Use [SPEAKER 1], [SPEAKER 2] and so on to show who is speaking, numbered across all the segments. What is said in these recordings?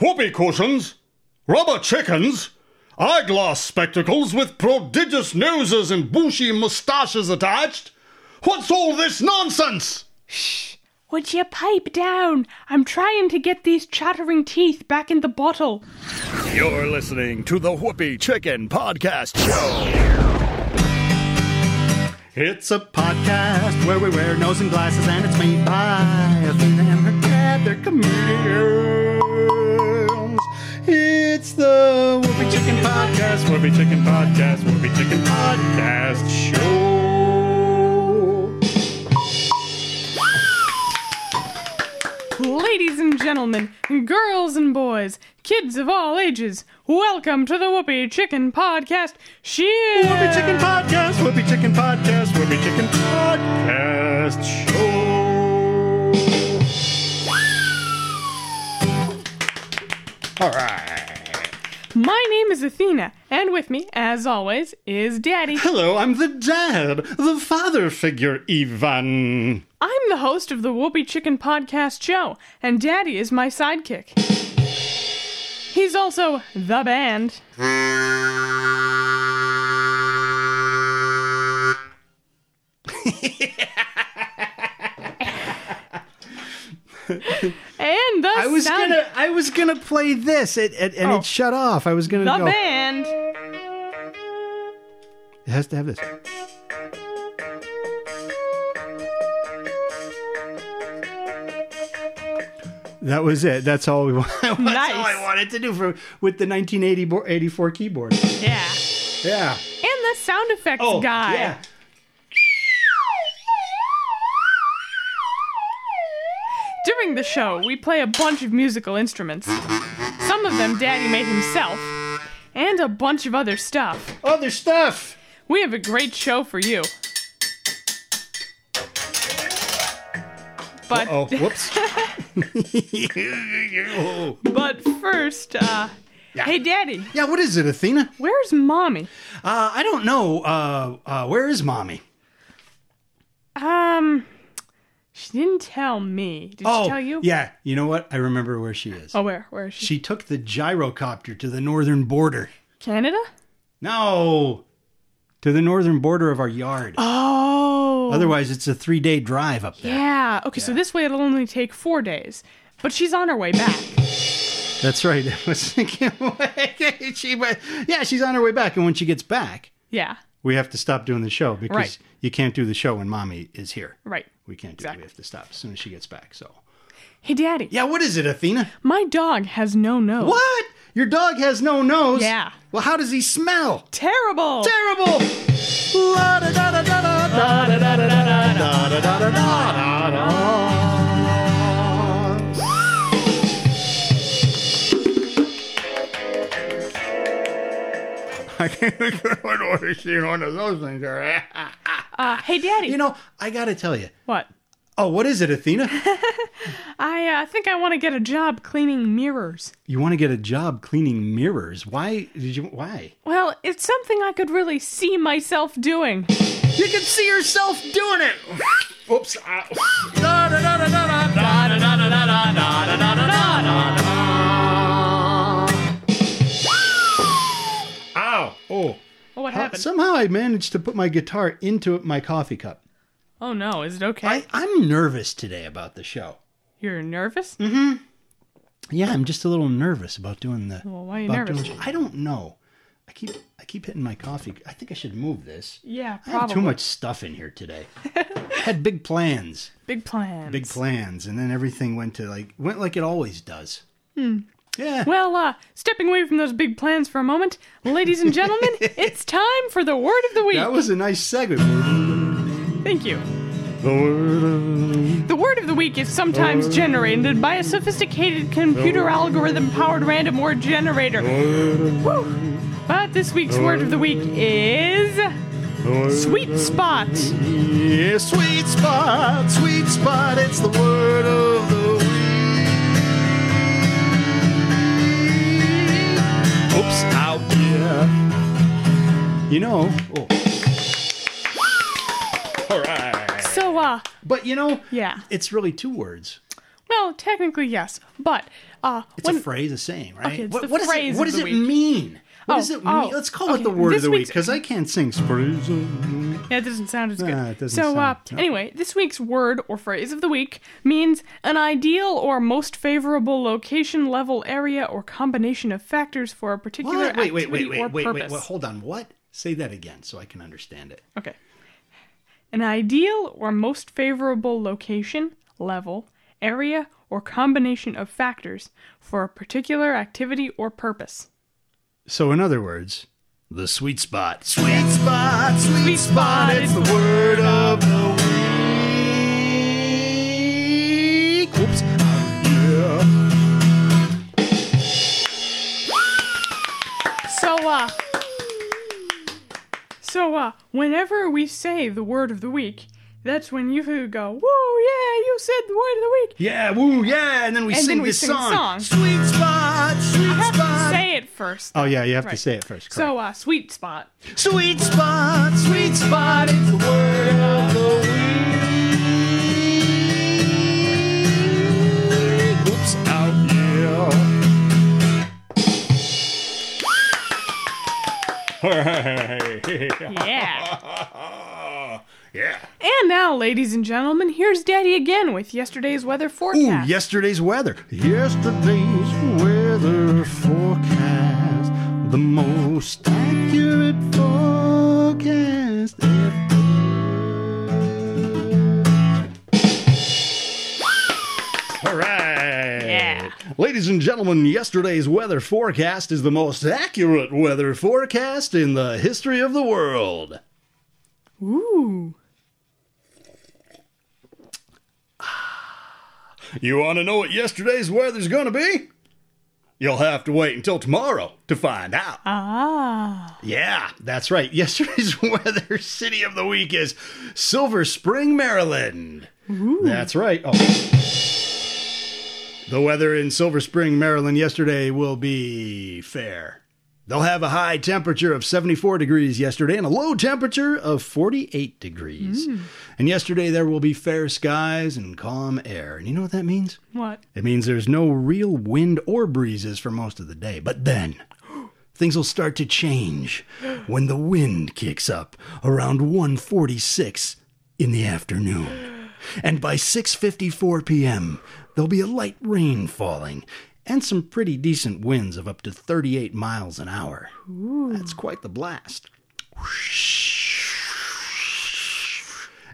[SPEAKER 1] whoopee cushions, rubber chickens, eyeglass spectacles with prodigious noses and bushy moustaches attached. What's all this nonsense?
[SPEAKER 2] Shh! Would you pipe down? I'm trying to get these chattering teeth back in the bottle.
[SPEAKER 3] You're listening to the Whoopee Chicken Podcast Show.
[SPEAKER 4] It's a podcast where we wear nose and glasses, and it's made by Athena and her dad. They're comedians. It's the Whoopi Chicken Podcast, Whoopi Chicken Podcast, Whoopi Chicken Podcast Show.
[SPEAKER 2] Ladies and gentlemen, girls and boys, kids of all ages, welcome to the Whoopi Chicken Podcast. She
[SPEAKER 4] Whoopi Chicken Podcast, Whoopi Chicken Podcast, Whoopi Chicken Podcast Show.
[SPEAKER 1] All right.
[SPEAKER 2] My name is Athena, and with me, as always, is Daddy.
[SPEAKER 1] Hello, I'm the dad, the father figure, Ivan.
[SPEAKER 2] I'm the host of the Whoopi Chicken Podcast show, and Daddy is my sidekick. He's also the band. and the
[SPEAKER 4] I was
[SPEAKER 2] sound-
[SPEAKER 4] gonna, I was gonna play this, it, it, and
[SPEAKER 2] Oh.
[SPEAKER 4] it shut off. I was gonna
[SPEAKER 2] the
[SPEAKER 4] go.
[SPEAKER 2] band.
[SPEAKER 4] It has to have this. That was it. That's all we wanted. That's all I
[SPEAKER 2] Nice.
[SPEAKER 4] wanted to do for with the 1984 keyboard.
[SPEAKER 2] Yeah.
[SPEAKER 4] Yeah. Oh,
[SPEAKER 2] And the sound effects guy.
[SPEAKER 4] yeah.
[SPEAKER 2] During the show, we play a bunch of musical instruments. Some of them Daddy made himself, and a bunch of other stuff.
[SPEAKER 4] Other Oh, stuff.
[SPEAKER 2] We have a great show for you. But
[SPEAKER 1] Oh, whoops.
[SPEAKER 2] but first, uh, hey Daddy,
[SPEAKER 4] Yeah. What is it, Athena?
[SPEAKER 2] where's Mommy?
[SPEAKER 4] Uh, I don't know. Uh, uh, where is mommy?
[SPEAKER 2] Um, she didn't tell me. Did she tell you?
[SPEAKER 4] Oh, yeah. You know what? I remember where she is.
[SPEAKER 2] Oh, where? Where is she?
[SPEAKER 4] She took the gyrocopter to the northern border.
[SPEAKER 2] Canada?
[SPEAKER 4] No. To the northern border of our yard.
[SPEAKER 2] Oh.
[SPEAKER 4] Otherwise, it's a three day drive up there.
[SPEAKER 2] Yeah. Okay, so this way it'll only take four days. But she's on her way back.
[SPEAKER 4] That's right. I was thinking, she, went- yeah, she's on her way back. And when she gets back,
[SPEAKER 2] Yeah.
[SPEAKER 4] we have to stop doing the show because
[SPEAKER 2] Right.
[SPEAKER 4] you can't do the show when mommy is here.
[SPEAKER 2] Right.
[SPEAKER 4] We can't do
[SPEAKER 2] Exactly.
[SPEAKER 4] it. We have to stop as soon as she gets back. So,
[SPEAKER 2] Hey, Daddy.
[SPEAKER 4] yeah, what is it, Athena?
[SPEAKER 2] My dog has no nose.
[SPEAKER 4] What? Your dog has no nose.
[SPEAKER 2] Yeah.
[SPEAKER 4] Well, how does he smell?
[SPEAKER 2] Terrible.
[SPEAKER 4] Terrible.
[SPEAKER 1] I can't what order she one of those things. Are.
[SPEAKER 2] uh, hey, Daddy.
[SPEAKER 4] You know, I got to tell you.
[SPEAKER 2] what?
[SPEAKER 4] Oh, what is it, Athena?
[SPEAKER 2] I uh, think I want to get a job cleaning mirrors.
[SPEAKER 4] you want to get a job cleaning mirrors. Why did you? Why?
[SPEAKER 2] Well, it's something I could really see myself doing.
[SPEAKER 1] You can see yourself doing it. Oops. I- Ow. Oh.
[SPEAKER 2] Well, what
[SPEAKER 4] Uh,
[SPEAKER 2] happened?
[SPEAKER 4] somehow I managed to put my guitar into my coffee cup.
[SPEAKER 2] oh no, is it okay?
[SPEAKER 4] I, I'm nervous today about the show.
[SPEAKER 2] You're nervous?
[SPEAKER 4] Mm-hmm. Yeah, I'm just a little nervous about doing the.
[SPEAKER 2] Well, why are you
[SPEAKER 4] about
[SPEAKER 2] nervous?
[SPEAKER 4] doing- I don't know. I keep I keep hitting my coffee. I think I should move this.
[SPEAKER 2] Yeah,
[SPEAKER 4] I have
[SPEAKER 2] probably.
[SPEAKER 4] too much stuff in here today. had big plans,
[SPEAKER 2] Big plans.
[SPEAKER 4] big plans, and then everything went to like went like it always does. Hmm. Yeah.
[SPEAKER 2] Well, uh, stepping away from those big plans for a moment, ladies and gentlemen, it's time for the word of the week.
[SPEAKER 4] that was a nice segment.
[SPEAKER 2] Thank you. The word of the week is
[SPEAKER 4] Uh.
[SPEAKER 2] sometimes generated by a sophisticated computer algorithm powered random word generator. Whew. But this week's word of the week is sweet spot.
[SPEAKER 4] Yeah, sweet spot, sweet spot. It's the word of the week. Oops, out yeah. You know, oh,
[SPEAKER 1] All right.
[SPEAKER 2] So, uh,
[SPEAKER 4] but you know,
[SPEAKER 2] yeah.
[SPEAKER 4] it's really two words.
[SPEAKER 2] Well, technically, yes. But uh,
[SPEAKER 4] It's a phrase, a saying, right?
[SPEAKER 2] Okay, it's
[SPEAKER 4] what
[SPEAKER 2] the
[SPEAKER 4] what does
[SPEAKER 2] phrase
[SPEAKER 4] it, what
[SPEAKER 2] of
[SPEAKER 4] does
[SPEAKER 2] the
[SPEAKER 4] it
[SPEAKER 2] week.
[SPEAKER 4] mean? What does
[SPEAKER 2] Oh,
[SPEAKER 4] it mean?
[SPEAKER 2] oh,
[SPEAKER 4] Let's call it
[SPEAKER 2] okay.
[SPEAKER 4] the word
[SPEAKER 2] This
[SPEAKER 4] of the week
[SPEAKER 2] week's-
[SPEAKER 4] because I can't sing sprays.
[SPEAKER 2] Yeah, it doesn't sound as good.
[SPEAKER 4] Nah, it doesn't
[SPEAKER 2] so,
[SPEAKER 4] sound-
[SPEAKER 2] uh,
[SPEAKER 4] no.
[SPEAKER 2] anyway, this week's word or phrase of the week means an ideal or most favorable location, level, area, or combination of factors for a particular
[SPEAKER 4] What? Wait, wait,
[SPEAKER 2] activity
[SPEAKER 4] wait,
[SPEAKER 2] or
[SPEAKER 4] wait, wait, wait,
[SPEAKER 2] purpose.
[SPEAKER 4] wait. Hold on. What? Say that again so I can understand it.
[SPEAKER 2] Okay. An ideal or most favorable location, level, area, or combination of factors for a particular activity or purpose.
[SPEAKER 4] So, in other words, the sweet spot. Sweet spot, sweet, spot. It's the word of the week. Whoops. Yeah.
[SPEAKER 2] So, uh. So, uh, whenever we say the word of the week, that's when you go, whoa, yeah, you said the word of the week.
[SPEAKER 4] Yeah, woo, yeah. And then we
[SPEAKER 2] And
[SPEAKER 4] sing
[SPEAKER 2] then we
[SPEAKER 4] this
[SPEAKER 2] sing the
[SPEAKER 4] song.
[SPEAKER 2] song.
[SPEAKER 4] Sweet spot,
[SPEAKER 2] You
[SPEAKER 4] sweet
[SPEAKER 2] have to
[SPEAKER 4] spot.
[SPEAKER 2] say it first.
[SPEAKER 4] oh, yeah, you have to
[SPEAKER 2] Right.
[SPEAKER 4] say it first. Correct.
[SPEAKER 2] so, uh, sweet spot.
[SPEAKER 4] Sweet spot, sweet spot. It's the word of the week. Whoops. Out, yeah.
[SPEAKER 2] Yeah.
[SPEAKER 5] Yeah.
[SPEAKER 2] and now, ladies and gentlemen, here's Daddy again with yesterday's weather forecast.
[SPEAKER 4] Ooh, yesterday's weather. Yesterday's weather forecast. The most accurate forecast ever.
[SPEAKER 5] All right.
[SPEAKER 2] Yeah.
[SPEAKER 4] Ladies and gentlemen, yesterday's weather forecast is the most accurate weather forecast in the history of the world.
[SPEAKER 2] Ooh.
[SPEAKER 5] You want to know what yesterday's weather's going to be? You'll have to wait until tomorrow to find out.
[SPEAKER 2] Ah.
[SPEAKER 4] Yeah, that's right. Yesterday's weather city of the week is Silver Spring, Maryland. That's right. Oh. The weather in Silver Spring, Maryland yesterday will be fair. They'll have a high temperature of 74 degrees yesterday and a low temperature of 48 degrees. And yesterday there will be fair skies and calm air. And you know what that means?
[SPEAKER 2] What?
[SPEAKER 4] It means there's no real wind or breezes for most of the day. But then things will start to change when the wind kicks up around 1:46 in the afternoon. And by 6:54 p.m., there'll be a light rain falling and some pretty decent winds of up to 38 miles an hour. That's quite the blast.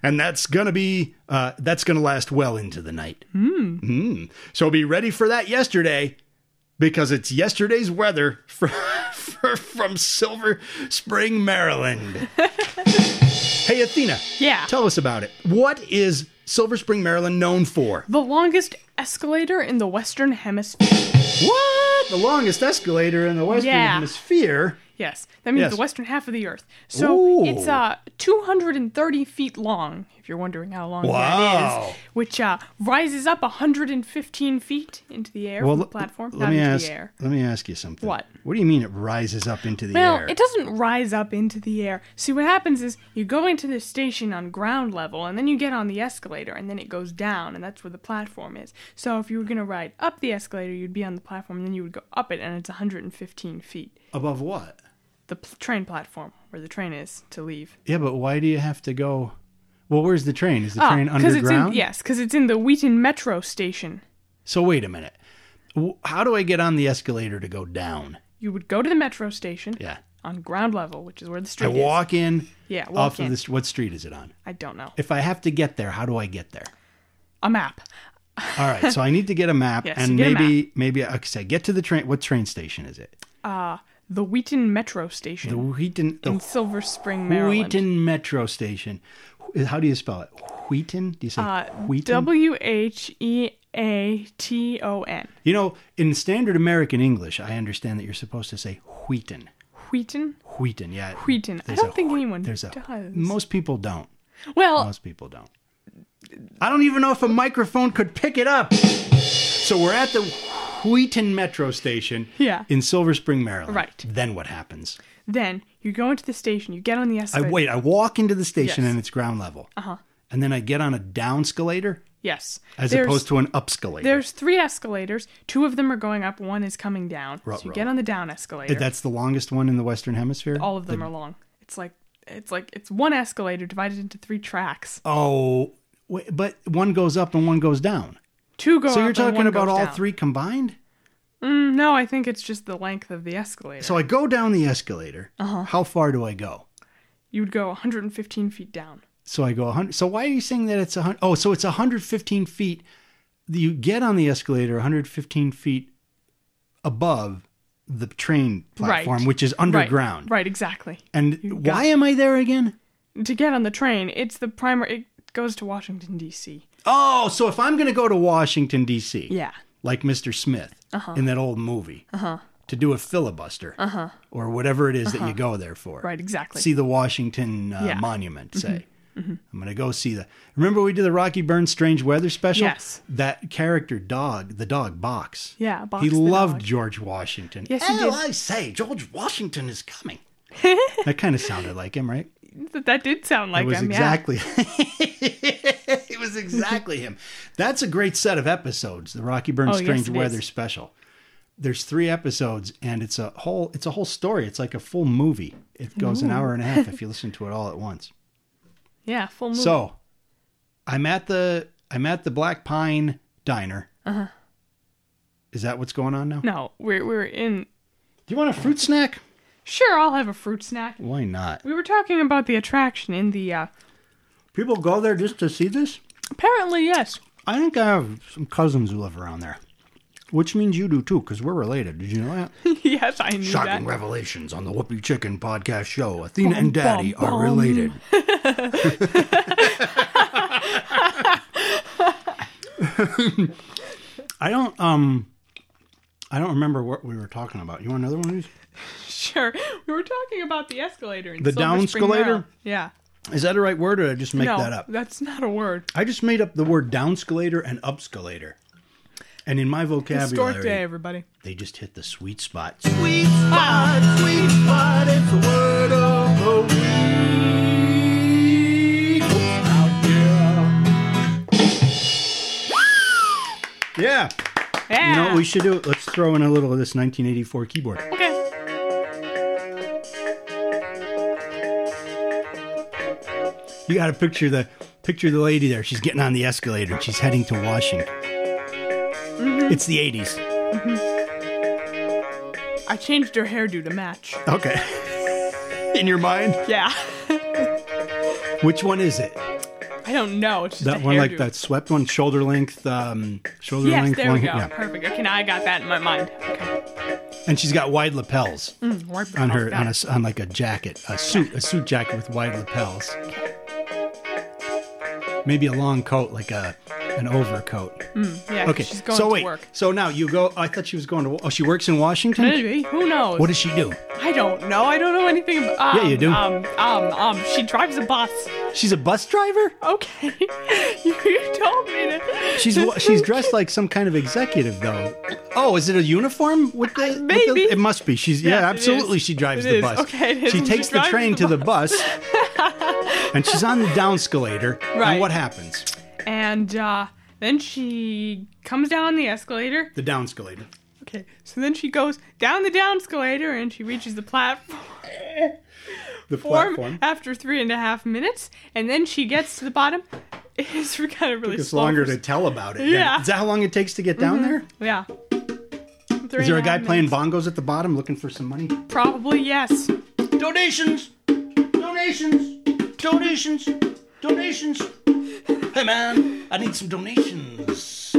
[SPEAKER 4] And that's gonna be uh, that's gonna last well into the night.
[SPEAKER 2] Hmm.
[SPEAKER 4] Hmm. So be ready for that yesterday because it's yesterday's weather from, from Silver Spring, Maryland. hey, Athena.
[SPEAKER 2] Yeah.
[SPEAKER 4] Tell us about it. What is Silver Spring, Maryland known for?
[SPEAKER 2] The longest escalator in the Western Hemisphere.
[SPEAKER 4] What? The longest escalator in the Western
[SPEAKER 2] Yeah.
[SPEAKER 4] Hemisphere.
[SPEAKER 2] Yes, that means
[SPEAKER 4] Yes.
[SPEAKER 2] the western half of the Earth. So
[SPEAKER 4] Ooh.
[SPEAKER 2] it's uh, 230 feet long, if you're wondering how long that
[SPEAKER 4] Wow.
[SPEAKER 2] is, which uh, rises up 115 feet into the air from the platform,
[SPEAKER 4] let
[SPEAKER 2] not
[SPEAKER 4] me
[SPEAKER 2] into
[SPEAKER 4] ask.
[SPEAKER 2] the air.
[SPEAKER 4] Let me ask you something.
[SPEAKER 2] What?
[SPEAKER 4] What do you mean it rises up into the
[SPEAKER 2] Well,
[SPEAKER 4] air?
[SPEAKER 2] it doesn't rise up into the air. See, what happens is you go into the station on ground level, and then you get on the escalator, and then it goes down, and that's where the platform is. So if you were going to ride up the escalator, you'd be on the platform, and then you would go up it, and it's 115 feet.
[SPEAKER 4] Above what?
[SPEAKER 2] The pl- train platform, where the train is to leave.
[SPEAKER 4] Yeah, but why do you have to go? Well, where's the train? Is the
[SPEAKER 2] Ah,
[SPEAKER 4] train
[SPEAKER 2] 'cause it's
[SPEAKER 4] underground?
[SPEAKER 2] in, yes, because it's in the Wheaton Metro station.
[SPEAKER 4] So wait a minute. W- How do I get on the escalator to go down?
[SPEAKER 2] You would go to the metro station
[SPEAKER 4] Yeah.
[SPEAKER 2] on ground level, which is where the
[SPEAKER 4] I
[SPEAKER 2] street is.
[SPEAKER 4] walk in.
[SPEAKER 2] Yeah, walk
[SPEAKER 4] off of
[SPEAKER 2] in.
[SPEAKER 4] this. What street is it on?
[SPEAKER 2] I don't know.
[SPEAKER 4] If I have to get there, how do I get there?
[SPEAKER 2] A map.
[SPEAKER 4] All right, so I need to get a map,
[SPEAKER 2] Yes,
[SPEAKER 4] and
[SPEAKER 2] get a
[SPEAKER 4] maybe maybe okay, so I get to the train. What train station is it?
[SPEAKER 2] The Wheaton Metro
[SPEAKER 4] The
[SPEAKER 2] station
[SPEAKER 4] Wheaton. The
[SPEAKER 2] in Silver Spring, Maryland.
[SPEAKER 4] Wheaton Metro Station. Wh- How do you spell it? Wheaton? Do you say
[SPEAKER 2] Uh,
[SPEAKER 4] Wheaton?
[SPEAKER 2] W H E A T O N.
[SPEAKER 4] you know, in standard American English, I understand that you're supposed to say Wheaton.
[SPEAKER 2] Wheaton?
[SPEAKER 4] Wheaton, yeah.
[SPEAKER 2] Wheaton. I
[SPEAKER 4] There's
[SPEAKER 2] don't
[SPEAKER 4] a
[SPEAKER 2] think
[SPEAKER 4] wh-
[SPEAKER 2] anyone
[SPEAKER 4] there's a,
[SPEAKER 2] does.
[SPEAKER 4] Most people don't.
[SPEAKER 2] Well,
[SPEAKER 4] Most people don't. I don't even know if a microphone could pick it up. So we're at the Wheaton Metro Station
[SPEAKER 2] Yeah.
[SPEAKER 4] in Silver Spring, Maryland.
[SPEAKER 2] Right.
[SPEAKER 4] Then what happens?
[SPEAKER 2] then you go into the station, you get on the
[SPEAKER 4] I
[SPEAKER 2] escalator.
[SPEAKER 4] wait, I walk into the station
[SPEAKER 2] Yes.
[SPEAKER 4] and it's ground level. Uh-huh. And then I get on a down escalator.
[SPEAKER 2] Yes.
[SPEAKER 4] as
[SPEAKER 2] There's-
[SPEAKER 4] opposed to an upscalator.
[SPEAKER 2] There's three escalators. Two of them are going up. One is coming down.
[SPEAKER 4] Ruh,
[SPEAKER 2] so you
[SPEAKER 4] ruh.
[SPEAKER 2] get on the down escalator.
[SPEAKER 4] That's the longest one in the Western Hemisphere.
[SPEAKER 2] All of them are long. It's like it's like it's one escalator divided into three tracks.
[SPEAKER 4] Oh, wait, but one goes up and one goes down.
[SPEAKER 2] Two go.
[SPEAKER 4] So you're
[SPEAKER 2] up and one
[SPEAKER 4] talking about
[SPEAKER 2] goes
[SPEAKER 4] all
[SPEAKER 2] down.
[SPEAKER 4] three combined?
[SPEAKER 2] Mm, no, I think it's just the length of the escalator.
[SPEAKER 4] So I go down the escalator.
[SPEAKER 2] Uh-huh.
[SPEAKER 4] How far do I go?
[SPEAKER 2] you would go 115 feet down.
[SPEAKER 4] So I go 100. So why are you saying that it's a 100? Oh, so it's 115 feet. You get on the escalator 115 feet above the train platform,
[SPEAKER 2] Right.
[SPEAKER 4] which is underground.
[SPEAKER 2] Right, right exactly. You
[SPEAKER 4] And
[SPEAKER 2] got-
[SPEAKER 4] why am I there again?
[SPEAKER 2] To get on the train, it's the primary. It goes to Washington D.C.
[SPEAKER 4] Oh, so if I'm going to go to Washington, D.C.,
[SPEAKER 2] Yeah.
[SPEAKER 4] like Mr. Smith
[SPEAKER 2] Uh-huh.
[SPEAKER 4] in that old movie, to do a filibuster or whatever it is that you go there for.
[SPEAKER 2] Uh-huh. Right, exactly.
[SPEAKER 4] See the Washington uh,
[SPEAKER 2] Yeah. Mm-hmm.
[SPEAKER 4] Monument, say. I'm going to go see the. Remember we did the Rocky Burns Strange Weather special?
[SPEAKER 2] Yes.
[SPEAKER 4] That character, Dog, the dog, Box.
[SPEAKER 2] Yeah, Box
[SPEAKER 4] He
[SPEAKER 2] the
[SPEAKER 4] loved
[SPEAKER 2] dog.
[SPEAKER 4] George Washington.
[SPEAKER 2] Yes, he
[SPEAKER 4] Oh,
[SPEAKER 2] did.
[SPEAKER 4] I say, George Washington is coming. that kind of sounded like him, right?
[SPEAKER 2] Th- that did sound like
[SPEAKER 4] It was
[SPEAKER 2] him.
[SPEAKER 4] exactly. it was exactly him. That's a great set of episodes. The Rocky Burns
[SPEAKER 2] Oh, yes,
[SPEAKER 4] Strange
[SPEAKER 2] it
[SPEAKER 4] Weather
[SPEAKER 2] is.
[SPEAKER 4] special. There's three episodes, and it's a whole it's a whole story. It's like a full movie. It goes an hour and a half if you listen to it all at once.
[SPEAKER 2] Yeah. Yeah. Full moon.
[SPEAKER 4] So, I'm at the I'm at the Black Pine Diner. Uh-huh. Is that what's going on now?
[SPEAKER 2] no, we're we're in.
[SPEAKER 4] Do you want a fruit snack?
[SPEAKER 2] Sure, I'll have a fruit snack.
[SPEAKER 4] Why not?
[SPEAKER 2] We were talking about the attraction in the. Uh,
[SPEAKER 4] People go there just to see this.
[SPEAKER 2] apparently, yes.
[SPEAKER 4] I think I have some cousins who live around there, which means you do too, because we're related. Did you know that?
[SPEAKER 2] yes, I knew that.
[SPEAKER 4] Shocking revelations on the Whoopee Chicken podcast show. Athena and Daddy
[SPEAKER 2] bum,
[SPEAKER 4] are
[SPEAKER 2] bum.
[SPEAKER 4] related. I don't um I don't remember what we were talking about. You want another one of these?
[SPEAKER 2] Sure. We were talking about the escalator. In
[SPEAKER 4] The
[SPEAKER 2] Silver
[SPEAKER 4] down
[SPEAKER 2] Spring
[SPEAKER 4] escalator?
[SPEAKER 2] Mall. Yeah.
[SPEAKER 4] Is that a right word or did I just make
[SPEAKER 2] no,
[SPEAKER 4] that up?
[SPEAKER 2] that's not a word.
[SPEAKER 4] I just made up the word downscalator and upscalator. And in my vocabulary,
[SPEAKER 2] Historic day, everybody.
[SPEAKER 4] they just hit the sweet spot. Yeah.
[SPEAKER 2] Yeah.
[SPEAKER 4] You know what we should do? Let's throw in a little of this 1984 keyboard.
[SPEAKER 2] okay.
[SPEAKER 4] You got to picture the picture the lady there. She's getting on the escalator. and She's heading to Washington. It's the 80s.
[SPEAKER 2] I changed her hairdo to match.
[SPEAKER 4] Okay. In your mind,
[SPEAKER 2] Yeah.
[SPEAKER 4] which one is it?
[SPEAKER 2] I don't know. It's just
[SPEAKER 4] That
[SPEAKER 2] a
[SPEAKER 4] one, like
[SPEAKER 2] hairdo.
[SPEAKER 4] that swept one, shoulder length, um, shoulder
[SPEAKER 2] Yes,
[SPEAKER 4] length.
[SPEAKER 2] there we
[SPEAKER 4] long-
[SPEAKER 2] go.
[SPEAKER 4] yeah.
[SPEAKER 2] Perfect. Okay, now I got that in my mind. Okay.
[SPEAKER 4] And she's got wide lapels
[SPEAKER 2] Wipe the
[SPEAKER 4] on
[SPEAKER 2] hell
[SPEAKER 4] her
[SPEAKER 2] down.
[SPEAKER 4] on a s- on like a jacket, a suit, a suit jacket with wide lapels. Maybe a long coat, like a an overcoat.
[SPEAKER 2] Yeah,
[SPEAKER 4] Okay.
[SPEAKER 2] Mm, she's going
[SPEAKER 4] so
[SPEAKER 2] to
[SPEAKER 4] wait.
[SPEAKER 2] work.
[SPEAKER 4] So now you go. I thought she was going to. Oh, she works in Washington.
[SPEAKER 2] Maybe. Who knows?
[SPEAKER 4] What does she do?
[SPEAKER 2] I don't know. I don't know anything about. Um,
[SPEAKER 4] Yeah, you do.
[SPEAKER 2] Um, um, um, she drives a bus.
[SPEAKER 4] She's a bus driver.
[SPEAKER 2] Okay. you, you told me to.
[SPEAKER 4] She's
[SPEAKER 2] to
[SPEAKER 4] she's
[SPEAKER 2] think.
[SPEAKER 4] dressed like some kind of executive though. Oh, is it a uniform with the? with the-
[SPEAKER 2] Maybe.
[SPEAKER 4] it must be. She's yeah,
[SPEAKER 2] Yes, it
[SPEAKER 4] absolutely.
[SPEAKER 2] is.
[SPEAKER 4] She drives
[SPEAKER 2] It
[SPEAKER 4] the
[SPEAKER 2] is.
[SPEAKER 4] bus.
[SPEAKER 2] Okay, it is.
[SPEAKER 4] she
[SPEAKER 2] She
[SPEAKER 4] takes the
[SPEAKER 2] drives
[SPEAKER 4] train
[SPEAKER 2] the
[SPEAKER 4] to the bus, and she's on the downscalator.
[SPEAKER 2] Right.
[SPEAKER 4] And what happens?
[SPEAKER 2] And uh, then she comes down the escalator.
[SPEAKER 4] The downscalator.
[SPEAKER 2] Okay. So then she goes down the down escalator and she reaches the platform
[SPEAKER 4] The platform.
[SPEAKER 2] after three and a half minutes. And then she gets to the bottom. It's kind of really
[SPEAKER 4] It's
[SPEAKER 2] slow
[SPEAKER 4] longer
[SPEAKER 2] for-
[SPEAKER 4] to tell about it. than-
[SPEAKER 2] Yeah. Mm-hmm.
[SPEAKER 4] Is that how long it takes to get down there?
[SPEAKER 2] Yeah.
[SPEAKER 4] Is there a guy playing bongos at the bottom looking for some money?
[SPEAKER 2] Probably yes.
[SPEAKER 6] Donations! Donations! Donations! Donations! Hey man, I need some donations.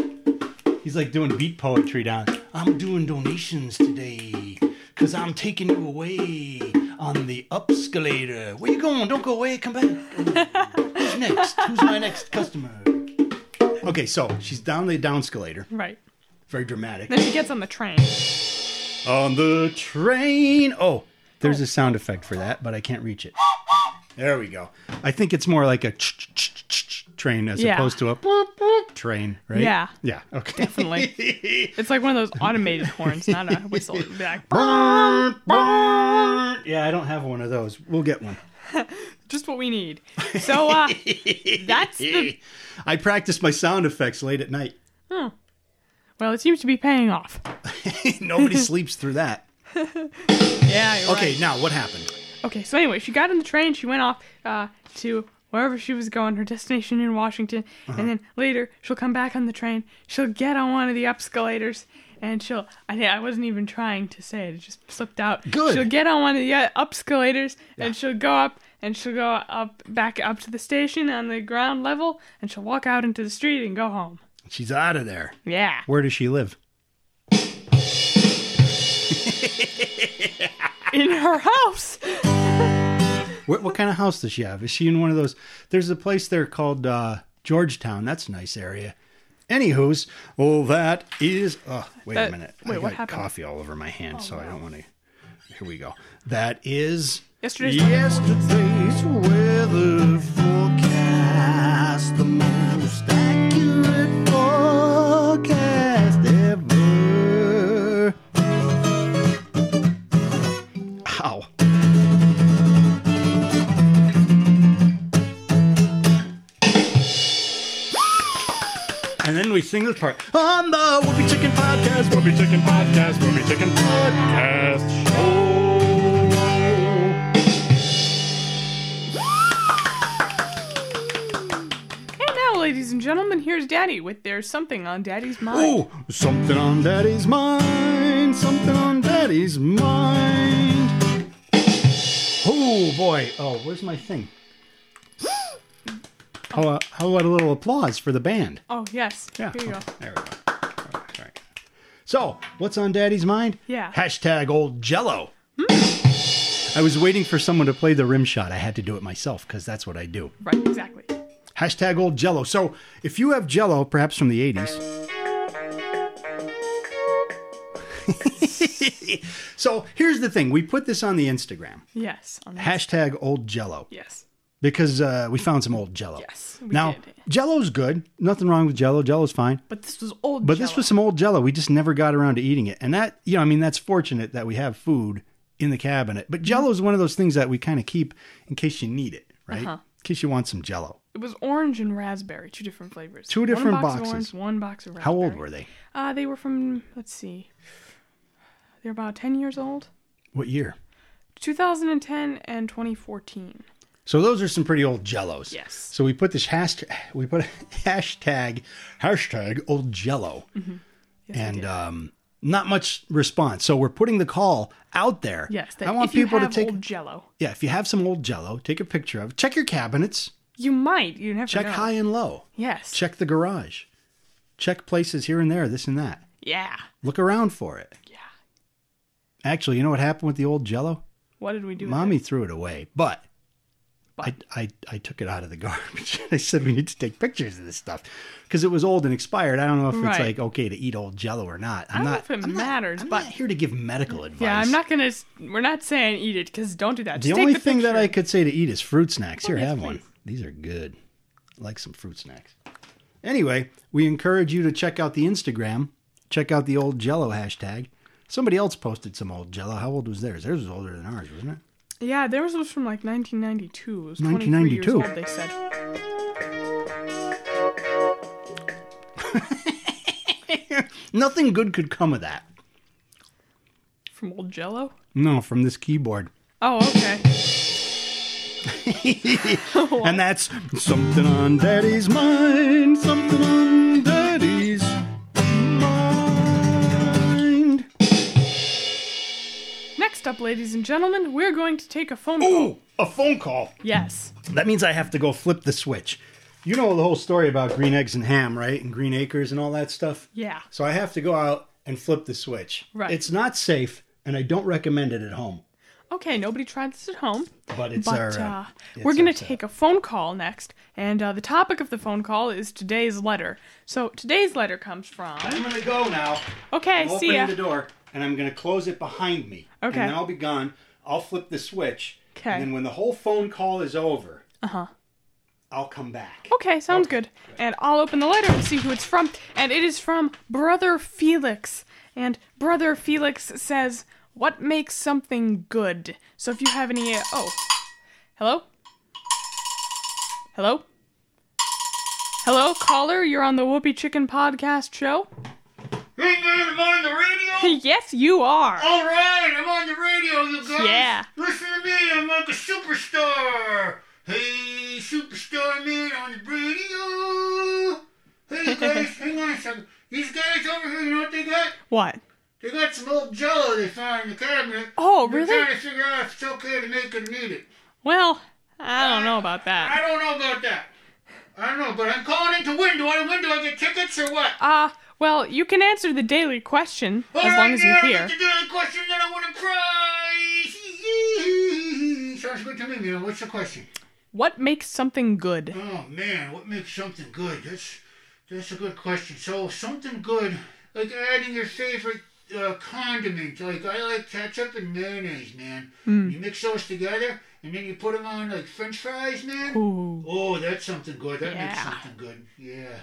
[SPEAKER 4] He's like doing beat poetry down.
[SPEAKER 6] I'm doing donations today. Cause I'm taking you away on the upscalator. Where you going? Don't go away, come back. Who's next? Who's my next customer?
[SPEAKER 4] Okay, so she's down the downscalator.
[SPEAKER 2] Right.
[SPEAKER 4] Very dramatic.
[SPEAKER 2] Then she gets on the train.
[SPEAKER 4] On the train. Oh, there's a sound effect for that, but I can't reach it. There we go. I think it's more like a ch- ch- ch- ch- ch- train as
[SPEAKER 2] Yeah.
[SPEAKER 4] opposed to a boop, boop train, right?
[SPEAKER 2] Yeah.
[SPEAKER 4] Yeah. Okay.
[SPEAKER 2] Definitely. it's like one of those automated horns, not a whistle. It'd be like,
[SPEAKER 4] yeah, I don't have one of those. We'll get one.
[SPEAKER 2] Just what we need. So uh, that's the.
[SPEAKER 4] I practice my sound effects late at night.
[SPEAKER 2] Well, it seems to be paying off.
[SPEAKER 4] Nobody sleeps through that.
[SPEAKER 2] Yeah. You're
[SPEAKER 4] Okay, now what happened?
[SPEAKER 2] Okay, so anyway, she got on the train. She went off uh, to wherever she was going, her destination in Washington. And then later, she'll come back on the train. She'll get on one of the escalators, and she'll. I, I wasn't even trying to say it, it just slipped out.
[SPEAKER 4] Good.
[SPEAKER 2] She'll get on one of the uh, escalators, and she'll go up, and she'll go up back up to the station on the ground level, and she'll walk out into the street and go home.
[SPEAKER 4] She's out of there.
[SPEAKER 2] Yeah.
[SPEAKER 4] Where does she live?
[SPEAKER 2] In her house.
[SPEAKER 4] What, what kind of house does she have? Is she in one of those? There's a place there called uh, Georgetown. That's a nice area. Anywho's, well, that is. Oh, wait
[SPEAKER 2] That-
[SPEAKER 4] a minute.
[SPEAKER 2] wait,
[SPEAKER 4] I
[SPEAKER 2] what
[SPEAKER 4] got
[SPEAKER 2] happened? Oh,
[SPEAKER 4] coffee all over my hand, so I don't want to. Here we go. That is
[SPEAKER 2] Yesterday's-
[SPEAKER 4] yesterday's weather forecast, the most accurate forecast ever. Ow. And then we sing this part on the Whoopi Chicken Podcast. Whoopi Chicken Podcast. Whoopi Chicken Podcast Show.
[SPEAKER 2] And now, ladies and gentlemen, here's Daddy with There's Something on Daddy's Mind.
[SPEAKER 4] Oh, something on Daddy's mind. Something on Daddy's mind. Oh boy. Oh, where's my thing? How, uh, how about a little applause for the band?
[SPEAKER 2] Oh, yes.
[SPEAKER 4] Yeah.
[SPEAKER 2] Here you go.
[SPEAKER 4] okay, There we go. All right, all right. So, what's on Daddy's mind?
[SPEAKER 2] Yeah. Hmm.
[SPEAKER 4] Hashtag old Jello. I was waiting for someone to play the rim shot. I had to do it myself because that's what I do.
[SPEAKER 2] Right, exactly.
[SPEAKER 4] Hashtag old Jello. So, if you have Jello, perhaps from the '80s. so here's the thing: we put this on the Instagram
[SPEAKER 2] Yes. On the-
[SPEAKER 4] hashtag old Jello
[SPEAKER 2] yes.
[SPEAKER 4] because uh, we found some old Jello.
[SPEAKER 2] Yes, we
[SPEAKER 4] Now
[SPEAKER 2] did.
[SPEAKER 4] Jello's good. Nothing wrong with Jello. Jello's fine.
[SPEAKER 2] But this was old.
[SPEAKER 4] But this
[SPEAKER 2] Jell-O.
[SPEAKER 4] was some old Jello. We just never got around to eating it, and that you know, I mean, that's fortunate that we have food in the cabinet.
[SPEAKER 2] Mm-hmm.
[SPEAKER 4] But Jello is one of those things that we kind of keep in case you need it, right?
[SPEAKER 2] Uh-huh.
[SPEAKER 4] In case you want some Jello.
[SPEAKER 2] It was orange and raspberry, two different flavors.
[SPEAKER 4] Two different
[SPEAKER 2] one box Of
[SPEAKER 4] boxes.
[SPEAKER 2] orange, one box of raspberry.
[SPEAKER 4] How old were they?
[SPEAKER 2] Uh, they were from. Let's see. They're about ten years old.
[SPEAKER 4] What year?
[SPEAKER 2] 2010 and 2014.
[SPEAKER 4] So those are some pretty old Jellos.
[SPEAKER 2] Yes.
[SPEAKER 4] So we put this hashtag. We put a hashtag hashtag old Jello,
[SPEAKER 2] Mm-hmm. Yes, we
[SPEAKER 4] and
[SPEAKER 2] did.
[SPEAKER 4] um, not much response. So we're putting the call out there.
[SPEAKER 2] yes, that
[SPEAKER 4] I want
[SPEAKER 2] if you
[SPEAKER 4] people
[SPEAKER 2] have
[SPEAKER 4] to take.
[SPEAKER 2] old Jello,
[SPEAKER 4] yeah, if you have some old Jello, take a picture of. it. Check your cabinets.
[SPEAKER 2] you might. You never
[SPEAKER 4] Check
[SPEAKER 2] know.
[SPEAKER 4] high and low.
[SPEAKER 2] Yes.
[SPEAKER 4] check the garage check places here and there this and that
[SPEAKER 2] Yeah.
[SPEAKER 4] look around for it
[SPEAKER 2] Yeah.
[SPEAKER 4] actually you know what happened with the old jello
[SPEAKER 2] What did we do? with
[SPEAKER 4] mommy
[SPEAKER 2] it?
[SPEAKER 4] threw it away but I, I, I took it out of the garbage. I said we need to take pictures of this stuff because it was old and expired. I don't know if it's
[SPEAKER 2] Right.
[SPEAKER 4] like okay to eat old Jello or not.
[SPEAKER 2] I
[SPEAKER 4] I'm
[SPEAKER 2] don't
[SPEAKER 4] not.
[SPEAKER 2] know if it matters,
[SPEAKER 4] I'm
[SPEAKER 2] but
[SPEAKER 4] not here to give medical advice.
[SPEAKER 2] yeah, I'm not gonna. s- We're not saying eat it because don't do that.
[SPEAKER 4] The
[SPEAKER 2] Just
[SPEAKER 4] only
[SPEAKER 2] take the
[SPEAKER 4] thing that I
[SPEAKER 2] picture.
[SPEAKER 4] could say to eat is fruit snacks. Here,
[SPEAKER 2] yes,
[SPEAKER 4] have one.
[SPEAKER 2] please.
[SPEAKER 4] These are good. I like some fruit snacks. Anyway, we encourage you to check out the Instagram. Check out the old Jello hashtag. Somebody else posted some old Jello. How old was theirs? Theirs was older than ours, wasn't it?
[SPEAKER 2] Yeah, theirs was from like 1992. It was 23 years
[SPEAKER 4] 1992.
[SPEAKER 2] old, they said.
[SPEAKER 4] Nothing good could come of that.
[SPEAKER 2] From old Jello?
[SPEAKER 4] No, from this keyboard.
[SPEAKER 2] Oh, okay. Oh,
[SPEAKER 4] And that's something on Daddy's mind. Something on Daddy's mind.
[SPEAKER 2] Next up, ladies and gentlemen, we're going to take a phone call.
[SPEAKER 4] Ooh, a phone call.
[SPEAKER 2] Yes.
[SPEAKER 4] That means I have to go flip the switch. You know the whole story about green eggs and ham, right? And green acres and all that stuff.
[SPEAKER 2] Yeah.
[SPEAKER 4] So I have to go out and flip the switch.
[SPEAKER 2] Right.
[SPEAKER 4] It's not safe, and I don't recommend it at home.
[SPEAKER 2] Okay, nobody tried this at home.
[SPEAKER 4] But it's
[SPEAKER 2] But
[SPEAKER 4] our.
[SPEAKER 2] uh,
[SPEAKER 4] Uh,
[SPEAKER 2] we're
[SPEAKER 4] it's
[SPEAKER 2] going to
[SPEAKER 4] our-
[SPEAKER 2] take a phone call next, and uh, the topic of the phone call is today's letter. So today's letter comes from.
[SPEAKER 4] I'm gonna go now.
[SPEAKER 2] Okay,
[SPEAKER 4] I'm opening
[SPEAKER 2] see ya.
[SPEAKER 4] the door, and I'm gonna close it behind me.
[SPEAKER 2] Okay.
[SPEAKER 4] And then I'll be gone. I'll flip the switch.
[SPEAKER 2] Okay. Uh-huh.
[SPEAKER 4] And then when the whole phone call is over. Uh huh. I'll come back.
[SPEAKER 2] Okay, sounds good. And I'll open the letter and see who it's from. And it is from Brother Felix. And Brother Felix says, What makes something good? So if you have any. Uh, oh. Hello? Hello? Hello, caller, you're on the Whoopi Chicken Podcast show?
[SPEAKER 4] Hey man, am I on the radio?
[SPEAKER 2] yes, you are.
[SPEAKER 4] Alright, I'm on the radio, you guys.
[SPEAKER 2] Yeah.
[SPEAKER 4] Listen to me, I'm like a superstar. Hey, superstar man on the radio. Hey, you guys, hang on a second. These guys over here, you know what they got?
[SPEAKER 2] What?
[SPEAKER 4] They got some old jello they found in the cabinet.
[SPEAKER 2] Oh,
[SPEAKER 4] They're
[SPEAKER 2] really?
[SPEAKER 4] trying to figure out if it's okay to make and eat it.
[SPEAKER 2] Well, I don't know about
[SPEAKER 4] I
[SPEAKER 2] that.
[SPEAKER 4] don't know about that. I don't know, but I'm calling into win. Do I win? Do I get tickets or what?
[SPEAKER 2] Uh, well, you can answer the daily question as long as you're
[SPEAKER 4] now,
[SPEAKER 2] here.
[SPEAKER 4] Get to the question that I want to prize. Sounds good to me, man. What's the question?
[SPEAKER 2] What makes something good?
[SPEAKER 4] Oh man, what makes something good? That's that's a good question. So something good, like adding your favorite uh, condiment. Like I like ketchup and mayonnaise, man.
[SPEAKER 2] Hmm.
[SPEAKER 4] You mix those together, and then you put them on like French fries, man.
[SPEAKER 2] Ooh.
[SPEAKER 4] Oh, that's something good. That makes
[SPEAKER 2] Yeah.
[SPEAKER 4] something good. Yeah.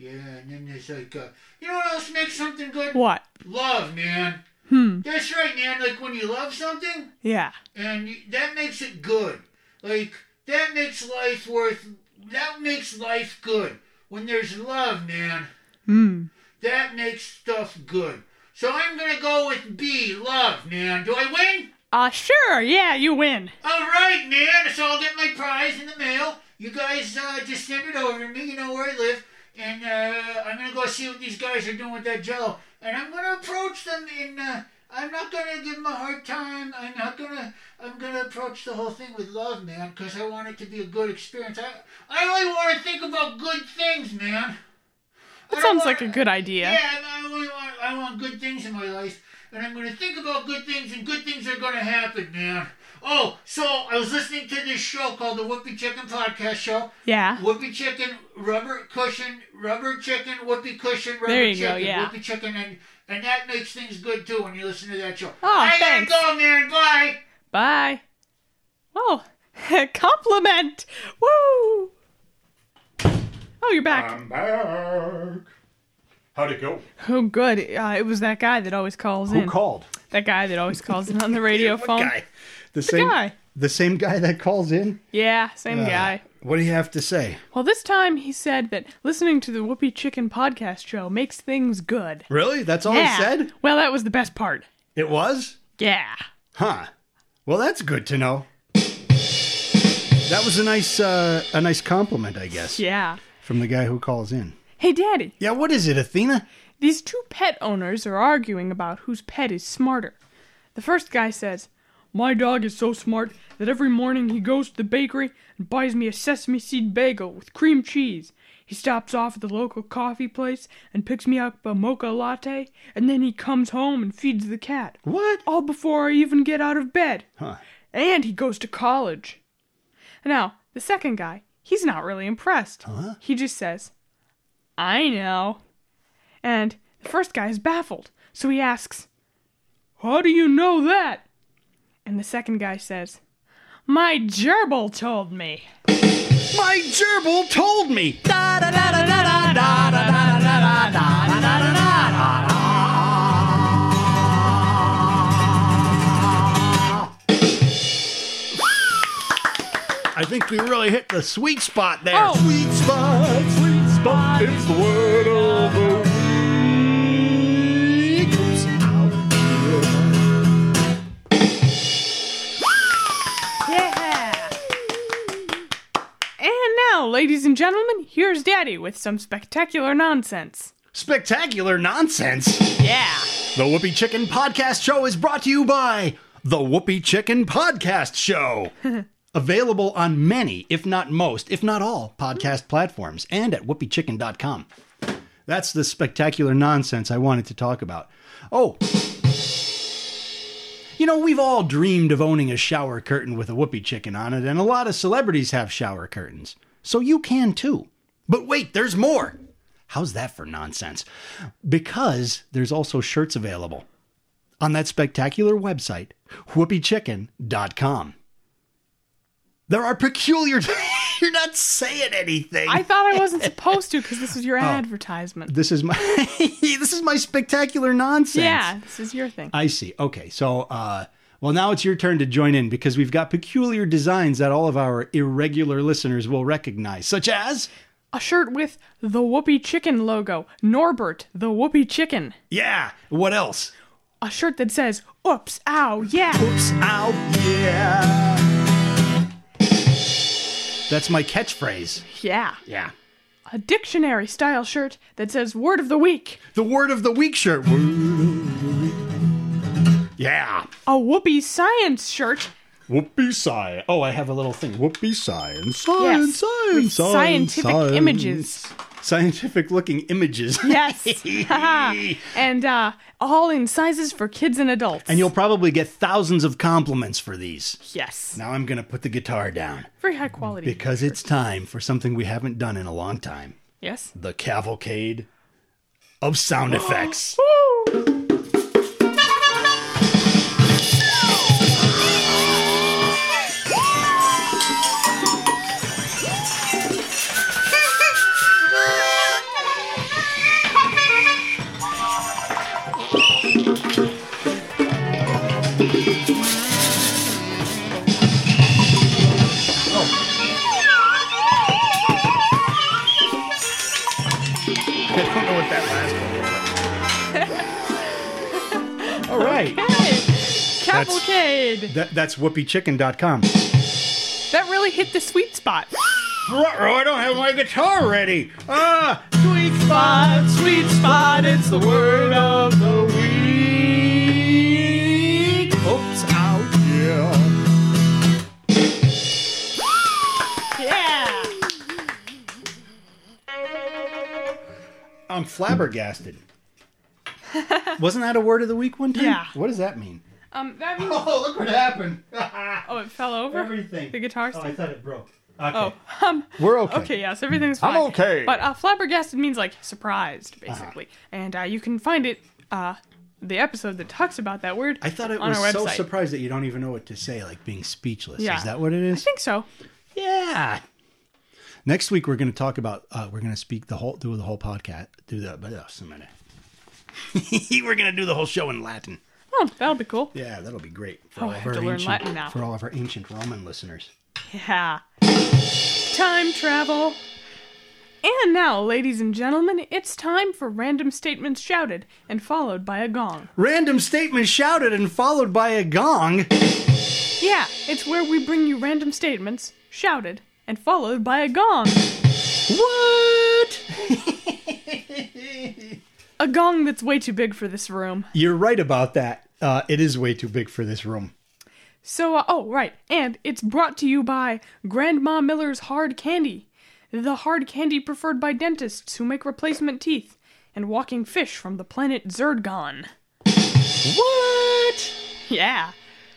[SPEAKER 4] Yeah, and then there's like, uh, you know what else makes something good?
[SPEAKER 2] What?
[SPEAKER 4] Love, man. That's right, man. Like when you love something,
[SPEAKER 2] Yeah.
[SPEAKER 4] and you, that makes it good. Like that makes life worth. That makes life good when there's love, man.
[SPEAKER 2] Hmm.
[SPEAKER 4] That makes stuff good. So I'm gonna go with B, love, man. Do I win?
[SPEAKER 2] Uh, sure, yeah, you win.
[SPEAKER 4] All right, man. So I'll get my prize in the mail. You guys uh, just send it over to me. You know where I live. And uh, I'm going to go see what these guys are doing with that jello. And I'm going to approach them in. Uh, I'm not going to give them a hard time. I'm not going to. I'm going to approach the whole thing with love, man, because I want it to be a good experience. I, I only want to think about good things, man.
[SPEAKER 2] That sounds like a good idea.
[SPEAKER 4] Yeah, I, I, only want, I want good things in my life, and I'm going to think about good things, and good things are going to happen, man. Oh, so I was listening to this show called the Whoopi Chicken Podcast Show.
[SPEAKER 2] Yeah.
[SPEAKER 4] Whoopee chicken, rubber cushion, rubber chicken, whoopee cushion, rubber
[SPEAKER 2] There you go,
[SPEAKER 4] chicken,
[SPEAKER 2] yeah.
[SPEAKER 4] whoopee chicken, and and that makes things good too when you listen to that show.
[SPEAKER 2] Aw,
[SPEAKER 4] I
[SPEAKER 2] Oh, thanks.
[SPEAKER 4] gotta go, man. Bye.
[SPEAKER 2] Bye. Oh, compliment. Woo. Oh, you're back.
[SPEAKER 6] Uh,
[SPEAKER 7] I'm back. How'd it go?
[SPEAKER 2] oh, good. Uh, it was that guy that always calls in.
[SPEAKER 6] called?
[SPEAKER 2] that guy that always calls in on the radio phone.
[SPEAKER 6] Guy. The, same
[SPEAKER 2] guy.
[SPEAKER 6] The same guy that calls in?
[SPEAKER 2] Yeah, same
[SPEAKER 6] Uh.
[SPEAKER 2] guy.
[SPEAKER 6] What do you have to say?
[SPEAKER 2] Well, this time he said that listening to the Whoopi Chicken podcast show makes things good.
[SPEAKER 6] Really? That's all
[SPEAKER 2] yeah.
[SPEAKER 6] he said?
[SPEAKER 2] Well, that was the best part.
[SPEAKER 6] It was?
[SPEAKER 2] Yeah.
[SPEAKER 6] Huh. Well, that's good to know. That was a nice uh, a nice compliment, I guess,
[SPEAKER 2] Yeah.
[SPEAKER 6] from the guy who calls in.
[SPEAKER 2] Hey, Daddy,
[SPEAKER 6] Yeah, what is it, Athena?
[SPEAKER 2] These two pet owners are arguing about whose pet is smarter. The first guy says, My dog is so smart that every morning he goes to the bakery and buys me a sesame seed bagel with cream cheese. He stops off at the local coffee place and picks me up a mocha latte, and then he comes home and feeds the cat.
[SPEAKER 6] What?
[SPEAKER 2] All before I even get out of bed.
[SPEAKER 6] Huh.
[SPEAKER 2] And he goes to college. Now, the second guy, he's not really impressed. He just says, I know. And the first guy is baffled, so he asks, How do you know that? And the second guy says, My gerbil told me.
[SPEAKER 6] My gerbil told me. I think we really hit the sweet spot there.
[SPEAKER 2] Oh.
[SPEAKER 6] Sweet spot, sweet spot. It's the word of the week. Oops, ow.
[SPEAKER 2] Yeah! And now, ladies and gentlemen, here's Daddy with some spectacular nonsense.
[SPEAKER 6] Spectacular nonsense.
[SPEAKER 2] Yeah!
[SPEAKER 6] The Whoopi Chicken Podcast Show is brought to you by The Whoopi Chicken Podcast Show. Available on many, if not most, if not all, podcast platforms and at whoopichicken.com. That's the spectacular nonsense I wanted to talk about. Oh, you know, we've all dreamed of owning a shower curtain with a whoopee chicken on it, and a lot of celebrities have shower curtains. So you can too. But wait, there's more. How's that for nonsense? Because there's also shirts available on that spectacular website, whoopiechicken.com. There are peculiar. You're not saying anything.
[SPEAKER 2] I thought I wasn't supposed to because this is your advertisement.
[SPEAKER 6] this is my this is my spectacular nonsense.
[SPEAKER 2] Yeah, this is your thing.
[SPEAKER 6] I see. Okay, so uh, Well, now it's your turn to join in because we've got peculiar designs that all of our irregular listeners will recognize, such as
[SPEAKER 2] A shirt with the Whoopee Chicken logo. Norbert, the Whoopee Chicken.
[SPEAKER 6] yeah, what else?
[SPEAKER 2] A shirt that says, Oops, ow, yeah.
[SPEAKER 6] Oops, ow, yeah. That's my catchphrase.
[SPEAKER 2] Yeah.
[SPEAKER 6] Yeah.
[SPEAKER 2] A dictionary style shirt that says, Word of the Week.
[SPEAKER 6] The word of the week shirt. Word of the week. Yeah.
[SPEAKER 2] A Whoopee Science shirt.
[SPEAKER 8] Whoopee sigh.
[SPEAKER 6] Oh, I have a little thing. Whoop.
[SPEAKER 8] Whoopee science.
[SPEAKER 2] Yes.
[SPEAKER 8] Science,
[SPEAKER 2] with
[SPEAKER 8] science, science.
[SPEAKER 2] scientific
[SPEAKER 8] science.
[SPEAKER 2] images.
[SPEAKER 6] Scientific looking images.
[SPEAKER 2] Yes. Haha. and uh, all in sizes for kids and adults.
[SPEAKER 6] and you'll probably get thousands of compliments for these.
[SPEAKER 2] Yes.
[SPEAKER 6] Now I'm going to put the guitar down
[SPEAKER 2] Very high quality.
[SPEAKER 6] because it's time for something we haven't done in a long time
[SPEAKER 2] yes.
[SPEAKER 6] the cavalcade of sound effects.
[SPEAKER 2] Woo!
[SPEAKER 6] I don't know what that last one was. All right.
[SPEAKER 2] Hey! Cavalcade!
[SPEAKER 6] That, that's whoopiechicken.com.
[SPEAKER 2] That really hit the sweet spot.
[SPEAKER 6] I don't have my guitar ready. Ah,
[SPEAKER 2] Sweet spot, sweet spot, it's the word of the week.
[SPEAKER 6] oops, out. Yeah.
[SPEAKER 2] Yeah.
[SPEAKER 6] I'm flabbergasted. Wasn't that a word of the week one time?
[SPEAKER 2] Yeah.
[SPEAKER 6] What does that mean?
[SPEAKER 2] Um, that means.
[SPEAKER 6] Oh, look what happened.
[SPEAKER 2] Oh, it fell over?
[SPEAKER 6] Everything.
[SPEAKER 2] The guitar
[SPEAKER 6] Oh, I
[SPEAKER 2] stick?
[SPEAKER 6] thought it broke. Okay.
[SPEAKER 2] Oh, um.
[SPEAKER 6] We're okay.
[SPEAKER 2] Okay, yes, everything's fine.
[SPEAKER 8] okay.
[SPEAKER 2] But uh, flabbergasted means like surprised,
[SPEAKER 6] Uh-huh.
[SPEAKER 2] basically. And uh, you can find it, uh, the episode that talks about that word.
[SPEAKER 6] I thought it
[SPEAKER 2] on
[SPEAKER 6] was
[SPEAKER 2] our
[SPEAKER 6] so
[SPEAKER 2] website.
[SPEAKER 6] surprised that you don't even know what to say, like being speechless.
[SPEAKER 2] Yeah.
[SPEAKER 6] Is that what it
[SPEAKER 2] I
[SPEAKER 6] is?
[SPEAKER 2] think so.
[SPEAKER 6] Yeah. Next week we're going to talk about uh, we're going to speak the whole do the whole podcast do the but uh, some minute. we're going to do the whole show in Latin.
[SPEAKER 2] Oh, that'll be cool.
[SPEAKER 6] Yeah, that'll be great for
[SPEAKER 2] Oh,
[SPEAKER 6] all
[SPEAKER 2] I
[SPEAKER 6] of
[SPEAKER 2] have
[SPEAKER 6] our
[SPEAKER 2] to learn
[SPEAKER 6] ancient
[SPEAKER 2] Latin now.
[SPEAKER 6] for all of our ancient Roman listeners.
[SPEAKER 2] Yeah. Time travel. And now, ladies and gentlemen, it's time for random statements shouted and followed by a gong.
[SPEAKER 6] Random statement shouted and followed by a gong.
[SPEAKER 2] Yeah, it's where we bring you random statements shouted and followed by a gong.
[SPEAKER 6] What?
[SPEAKER 2] A gong that's way too big for this room.
[SPEAKER 6] You're right about that. Uh, it is way too big for this room.
[SPEAKER 2] So, uh, oh, right. And it's brought to you by Grandma Miller's Hard Candy, the hard candy preferred by dentists who make replacement teeth, and walking fish from the planet Zergon.
[SPEAKER 6] What?
[SPEAKER 2] Yeah.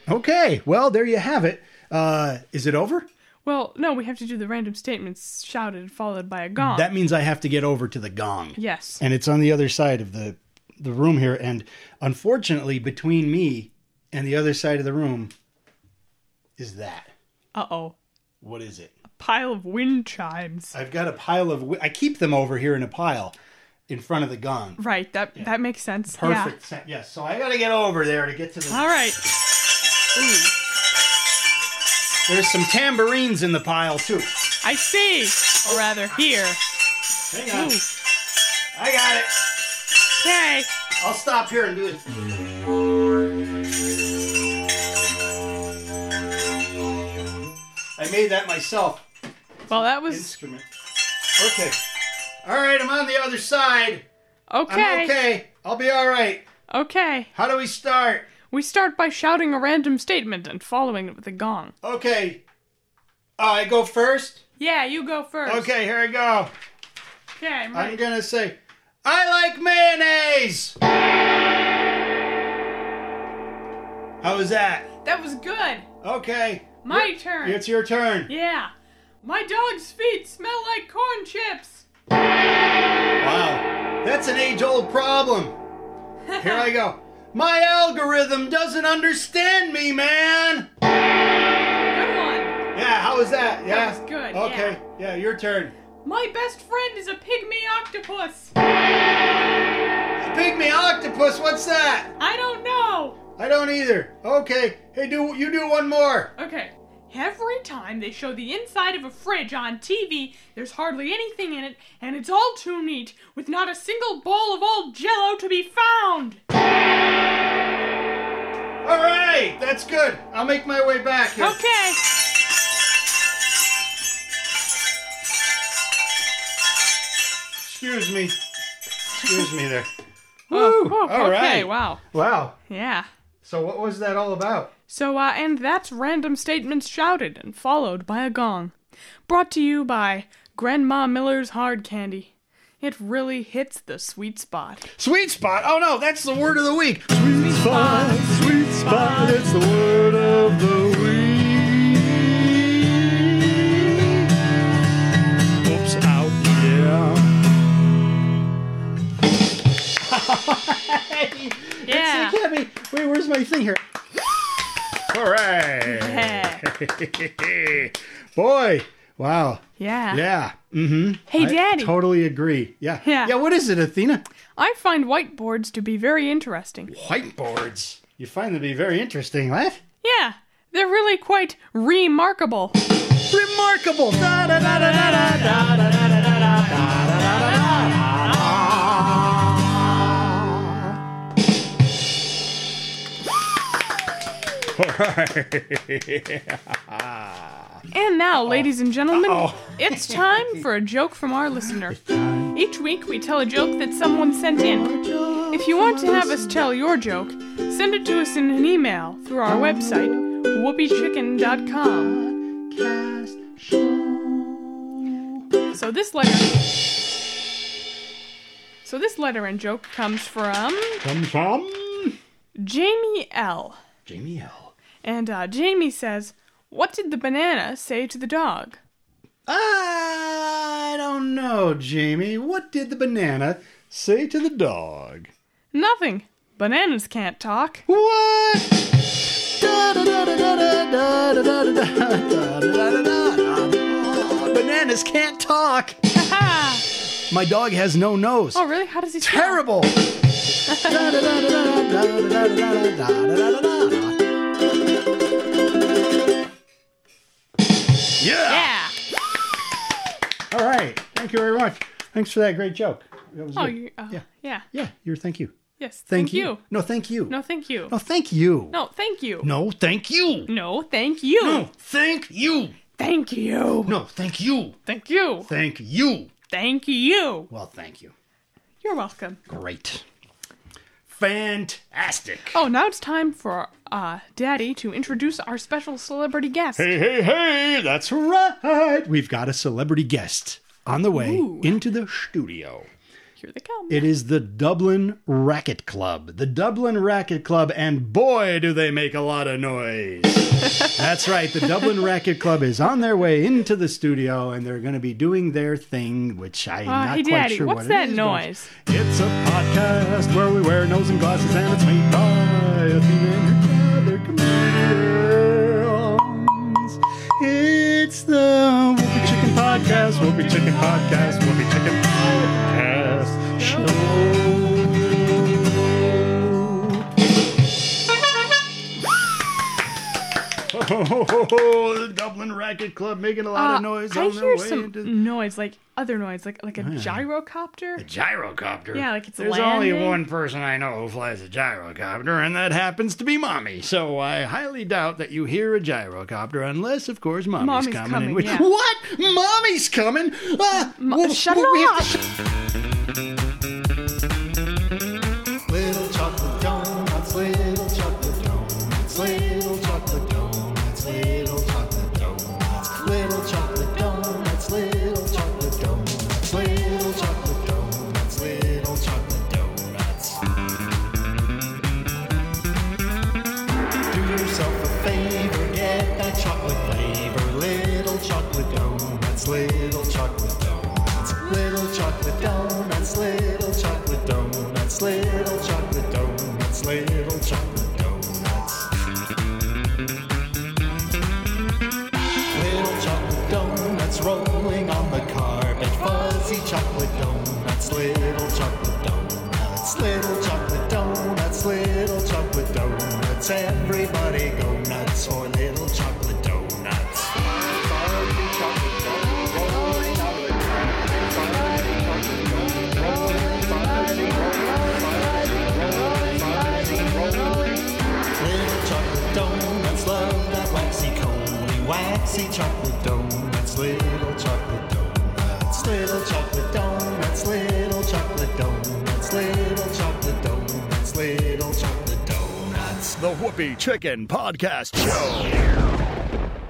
[SPEAKER 6] Okay, well there you have it. Uh, is it over?
[SPEAKER 2] Well, no, we have to do the random statements shouted followed by a gong.
[SPEAKER 6] That means I have to get over to the gong.
[SPEAKER 2] yes.
[SPEAKER 6] and it's on the other side of the the room here and unfortunately between me and the other side of the room is that
[SPEAKER 2] Uh oh.
[SPEAKER 6] what is it
[SPEAKER 2] Pile of wind chimes.
[SPEAKER 6] i've got a pile of wi- i keep them over here in a pile in front of the gong
[SPEAKER 2] Right. That that makes sense. Yeah.
[SPEAKER 6] perfect sen- yes so i gotta get over there to get to the
[SPEAKER 2] All right.
[SPEAKER 6] there's some tambourines in the pile too
[SPEAKER 2] I see. Or rather, here.
[SPEAKER 6] hang on
[SPEAKER 2] Ooh.
[SPEAKER 6] i got it
[SPEAKER 2] Okay.
[SPEAKER 6] i'll stop here and do it i made that myself
[SPEAKER 2] Well, that was
[SPEAKER 6] instrument. Okay. All right, I'm on the other side. I'm
[SPEAKER 2] okay.
[SPEAKER 6] okay. I'll be all right.
[SPEAKER 2] Okay.
[SPEAKER 6] How do we start?
[SPEAKER 2] We start by shouting a random statement and following it with a gong.
[SPEAKER 6] Okay. Oh, I go first?
[SPEAKER 2] Yeah, you go first.
[SPEAKER 6] Okay, here I go.
[SPEAKER 2] Okay.
[SPEAKER 6] I'm
[SPEAKER 2] Right.
[SPEAKER 6] going to say, I like mayonnaise. How was that?
[SPEAKER 2] That was good.
[SPEAKER 6] Okay.
[SPEAKER 2] My turn.
[SPEAKER 6] It's your turn.
[SPEAKER 2] Yeah. My dog's feet smell like corn chips.
[SPEAKER 6] Wow. That's an age old problem. Here I go. My algorithm doesn't understand me, man.
[SPEAKER 2] Good one.
[SPEAKER 6] Yeah, how was that? Yeah.
[SPEAKER 2] was good,
[SPEAKER 6] Okay. Yeah, your turn.
[SPEAKER 2] My best friend is a pygmy octopus.
[SPEAKER 6] Pygmy octopus, what's that?
[SPEAKER 2] I don't know.
[SPEAKER 6] I don't either. Okay. Hey, do you do one more?
[SPEAKER 2] Okay. Every time they show the inside of a fridge on TV, there's hardly anything in it, and it's all too neat, with not a single bowl of old jello to be found!
[SPEAKER 6] All right, that's good. I'll make my way back. Here.
[SPEAKER 2] Okay.
[SPEAKER 6] Excuse me. Excuse me there.
[SPEAKER 2] Woo! Oh, okay,
[SPEAKER 6] right.
[SPEAKER 2] wow.
[SPEAKER 6] Wow.
[SPEAKER 2] Yeah.
[SPEAKER 6] So what was that all about?
[SPEAKER 2] So, uh, and that's random statements shouted and followed by a gong. Brought to you by Grandma Miller's Hard Candy. It really hits the sweet spot.
[SPEAKER 6] Sweet spot. Oh no, that's the word of the week. Sweet
[SPEAKER 2] spot,
[SPEAKER 6] sweet spot. It's the word of the week. Oops, out. Yeah.
[SPEAKER 2] Yeah.
[SPEAKER 6] Gabby, wait, where's my thing here? All right.
[SPEAKER 2] Yeah.
[SPEAKER 6] Boy, wow.
[SPEAKER 2] Yeah.
[SPEAKER 6] Yeah.
[SPEAKER 2] Hey, Daddy.
[SPEAKER 6] Totally agree. Yeah.
[SPEAKER 2] Yeah.
[SPEAKER 6] Yeah, what is it, Athena?
[SPEAKER 2] I find whiteboards to be very interesting.
[SPEAKER 6] Whiteboards. You find them to be very interesting, what?
[SPEAKER 2] Yeah, they're really quite remarkable.
[SPEAKER 6] Remarkable. Da, da, da, da, da, da, da, da, da, da, da, da, da, da, da, da, da.
[SPEAKER 2] And now, ladies and gentlemen, it's time for a joke from our listener. Each week, we tell a joke that someone sent in. If you want to have us tell your joke, send it to us in an email through our website, whoopeechicken.com. So this letter. So this letter and joke comes from
[SPEAKER 5] Comes from
[SPEAKER 2] Jamie L.
[SPEAKER 4] Jamie L.
[SPEAKER 2] And uh, Jamie says, What did the banana say to the dog?
[SPEAKER 6] I don't know, Jamie. What did the banana say to the dog?
[SPEAKER 2] Nothing. Bananas can't talk.
[SPEAKER 6] What? Da, da, da, da, da, da, da, da, da, da, da, da, da, da, da. Oh, Bananas can't talk.
[SPEAKER 2] Ha!
[SPEAKER 6] My dog has no nose.
[SPEAKER 2] Oh, really? How does he smell?
[SPEAKER 6] Terrible. Da, da, da, da, da, da, da, da, da, da, da, da, da, da.
[SPEAKER 2] Yeah.
[SPEAKER 6] All right. Thank you very much. Thanks for that great joke. That was
[SPEAKER 2] Oh,
[SPEAKER 6] good.
[SPEAKER 2] you, uh, yeah.
[SPEAKER 6] Yeah.
[SPEAKER 2] yeah.
[SPEAKER 6] Yeah, your thank you.
[SPEAKER 2] Yes.
[SPEAKER 6] Thank, you. No, thank you.
[SPEAKER 2] No, thank you.
[SPEAKER 6] No, thank you.
[SPEAKER 2] No, thank you.
[SPEAKER 4] No, thank you.
[SPEAKER 2] No, thank you.
[SPEAKER 4] No, thank you.
[SPEAKER 2] Thank you.
[SPEAKER 4] No, thank you.
[SPEAKER 2] Thank you.
[SPEAKER 4] Thank you.
[SPEAKER 2] Thank you.
[SPEAKER 4] Well, thank you.
[SPEAKER 2] You're welcome.
[SPEAKER 4] Great. Fantastic.
[SPEAKER 2] Oh, now it's time for uh, Daddy to introduce our special celebrity guest.
[SPEAKER 5] Hey, hey, hey, that's right.
[SPEAKER 4] All right, we've got a celebrity guest on the way
[SPEAKER 2] Ooh.
[SPEAKER 4] into the studio.
[SPEAKER 2] Here they come.
[SPEAKER 4] It is the Dublin Racket Club. The Dublin Racket Club, and boy, do they make a lot of noise. That's right, the Dublin Racket Club is on their way into the studio, and they're going to be doing their thing, which I'm
[SPEAKER 2] Uh,
[SPEAKER 4] not
[SPEAKER 2] hey,
[SPEAKER 4] quite
[SPEAKER 2] Daddy,
[SPEAKER 4] sure
[SPEAKER 2] what's
[SPEAKER 4] what it
[SPEAKER 2] that
[SPEAKER 4] is, but-
[SPEAKER 2] noise?
[SPEAKER 4] It's a podcast where we wear nose and glasses, and it's made by Athena and her comedians. It's the Whoopi Chicken Podcast, Whoopi Chicken Podcast, Whoopi Chicken Podcast Show.
[SPEAKER 5] Oh, the Dublin Racket Club making a lot
[SPEAKER 2] Uh,
[SPEAKER 5] of noise
[SPEAKER 2] I
[SPEAKER 5] on their
[SPEAKER 2] hear
[SPEAKER 5] way
[SPEAKER 2] some
[SPEAKER 5] into
[SPEAKER 2] noise, like other noise, like like a gyrocopter.
[SPEAKER 5] gyrocopter.
[SPEAKER 2] Yeah, like it's
[SPEAKER 5] There's
[SPEAKER 2] landing.
[SPEAKER 5] only one person I know who flies a gyrocopter, and that happens to be Mommy. So I highly doubt that you hear a gyrocopter unless, of course, Mommy's,
[SPEAKER 2] Mommy's
[SPEAKER 5] coming.
[SPEAKER 2] coming,
[SPEAKER 5] in, which-
[SPEAKER 2] yeah.
[SPEAKER 5] What? Mommy's coming? Ah, well,
[SPEAKER 2] shut
[SPEAKER 5] well, we
[SPEAKER 2] it
[SPEAKER 5] have
[SPEAKER 2] off!
[SPEAKER 5] to-
[SPEAKER 6] Little chocolate donuts, little chocolate donuts, little chocolate donuts, little chocolate donuts, little chocolate donuts, little chocolate donuts, little chocolate donuts, little chocolate donuts. Do yourself a favor, get that chocolate flavor, little chocolate donuts, little chocolate donuts, little chocolate donuts, little chocolate donuts, little chocolate donuts, little chocolate donuts. Little chocolate donuts rolling on the carpet. Fuzzy chocolate donuts, little chocolate donuts, little chocolate donuts, little chocolate donuts, donuts, everybody go nuts, or little chocolate donuts. Fiery chocolate donuts, rolling chocolate donuts, fiery chocolate donuts, rolling, fiery, rolling, fiery, rolling, fiery, rolling. Little chocolate donuts love that waxy coney, waxy chocolate donuts, little chocolate donuts, little chocolate donuts, little chocolate donuts, little chocolate donuts, little chocolate donuts.
[SPEAKER 3] The Whoopi Chicken Podcast Show.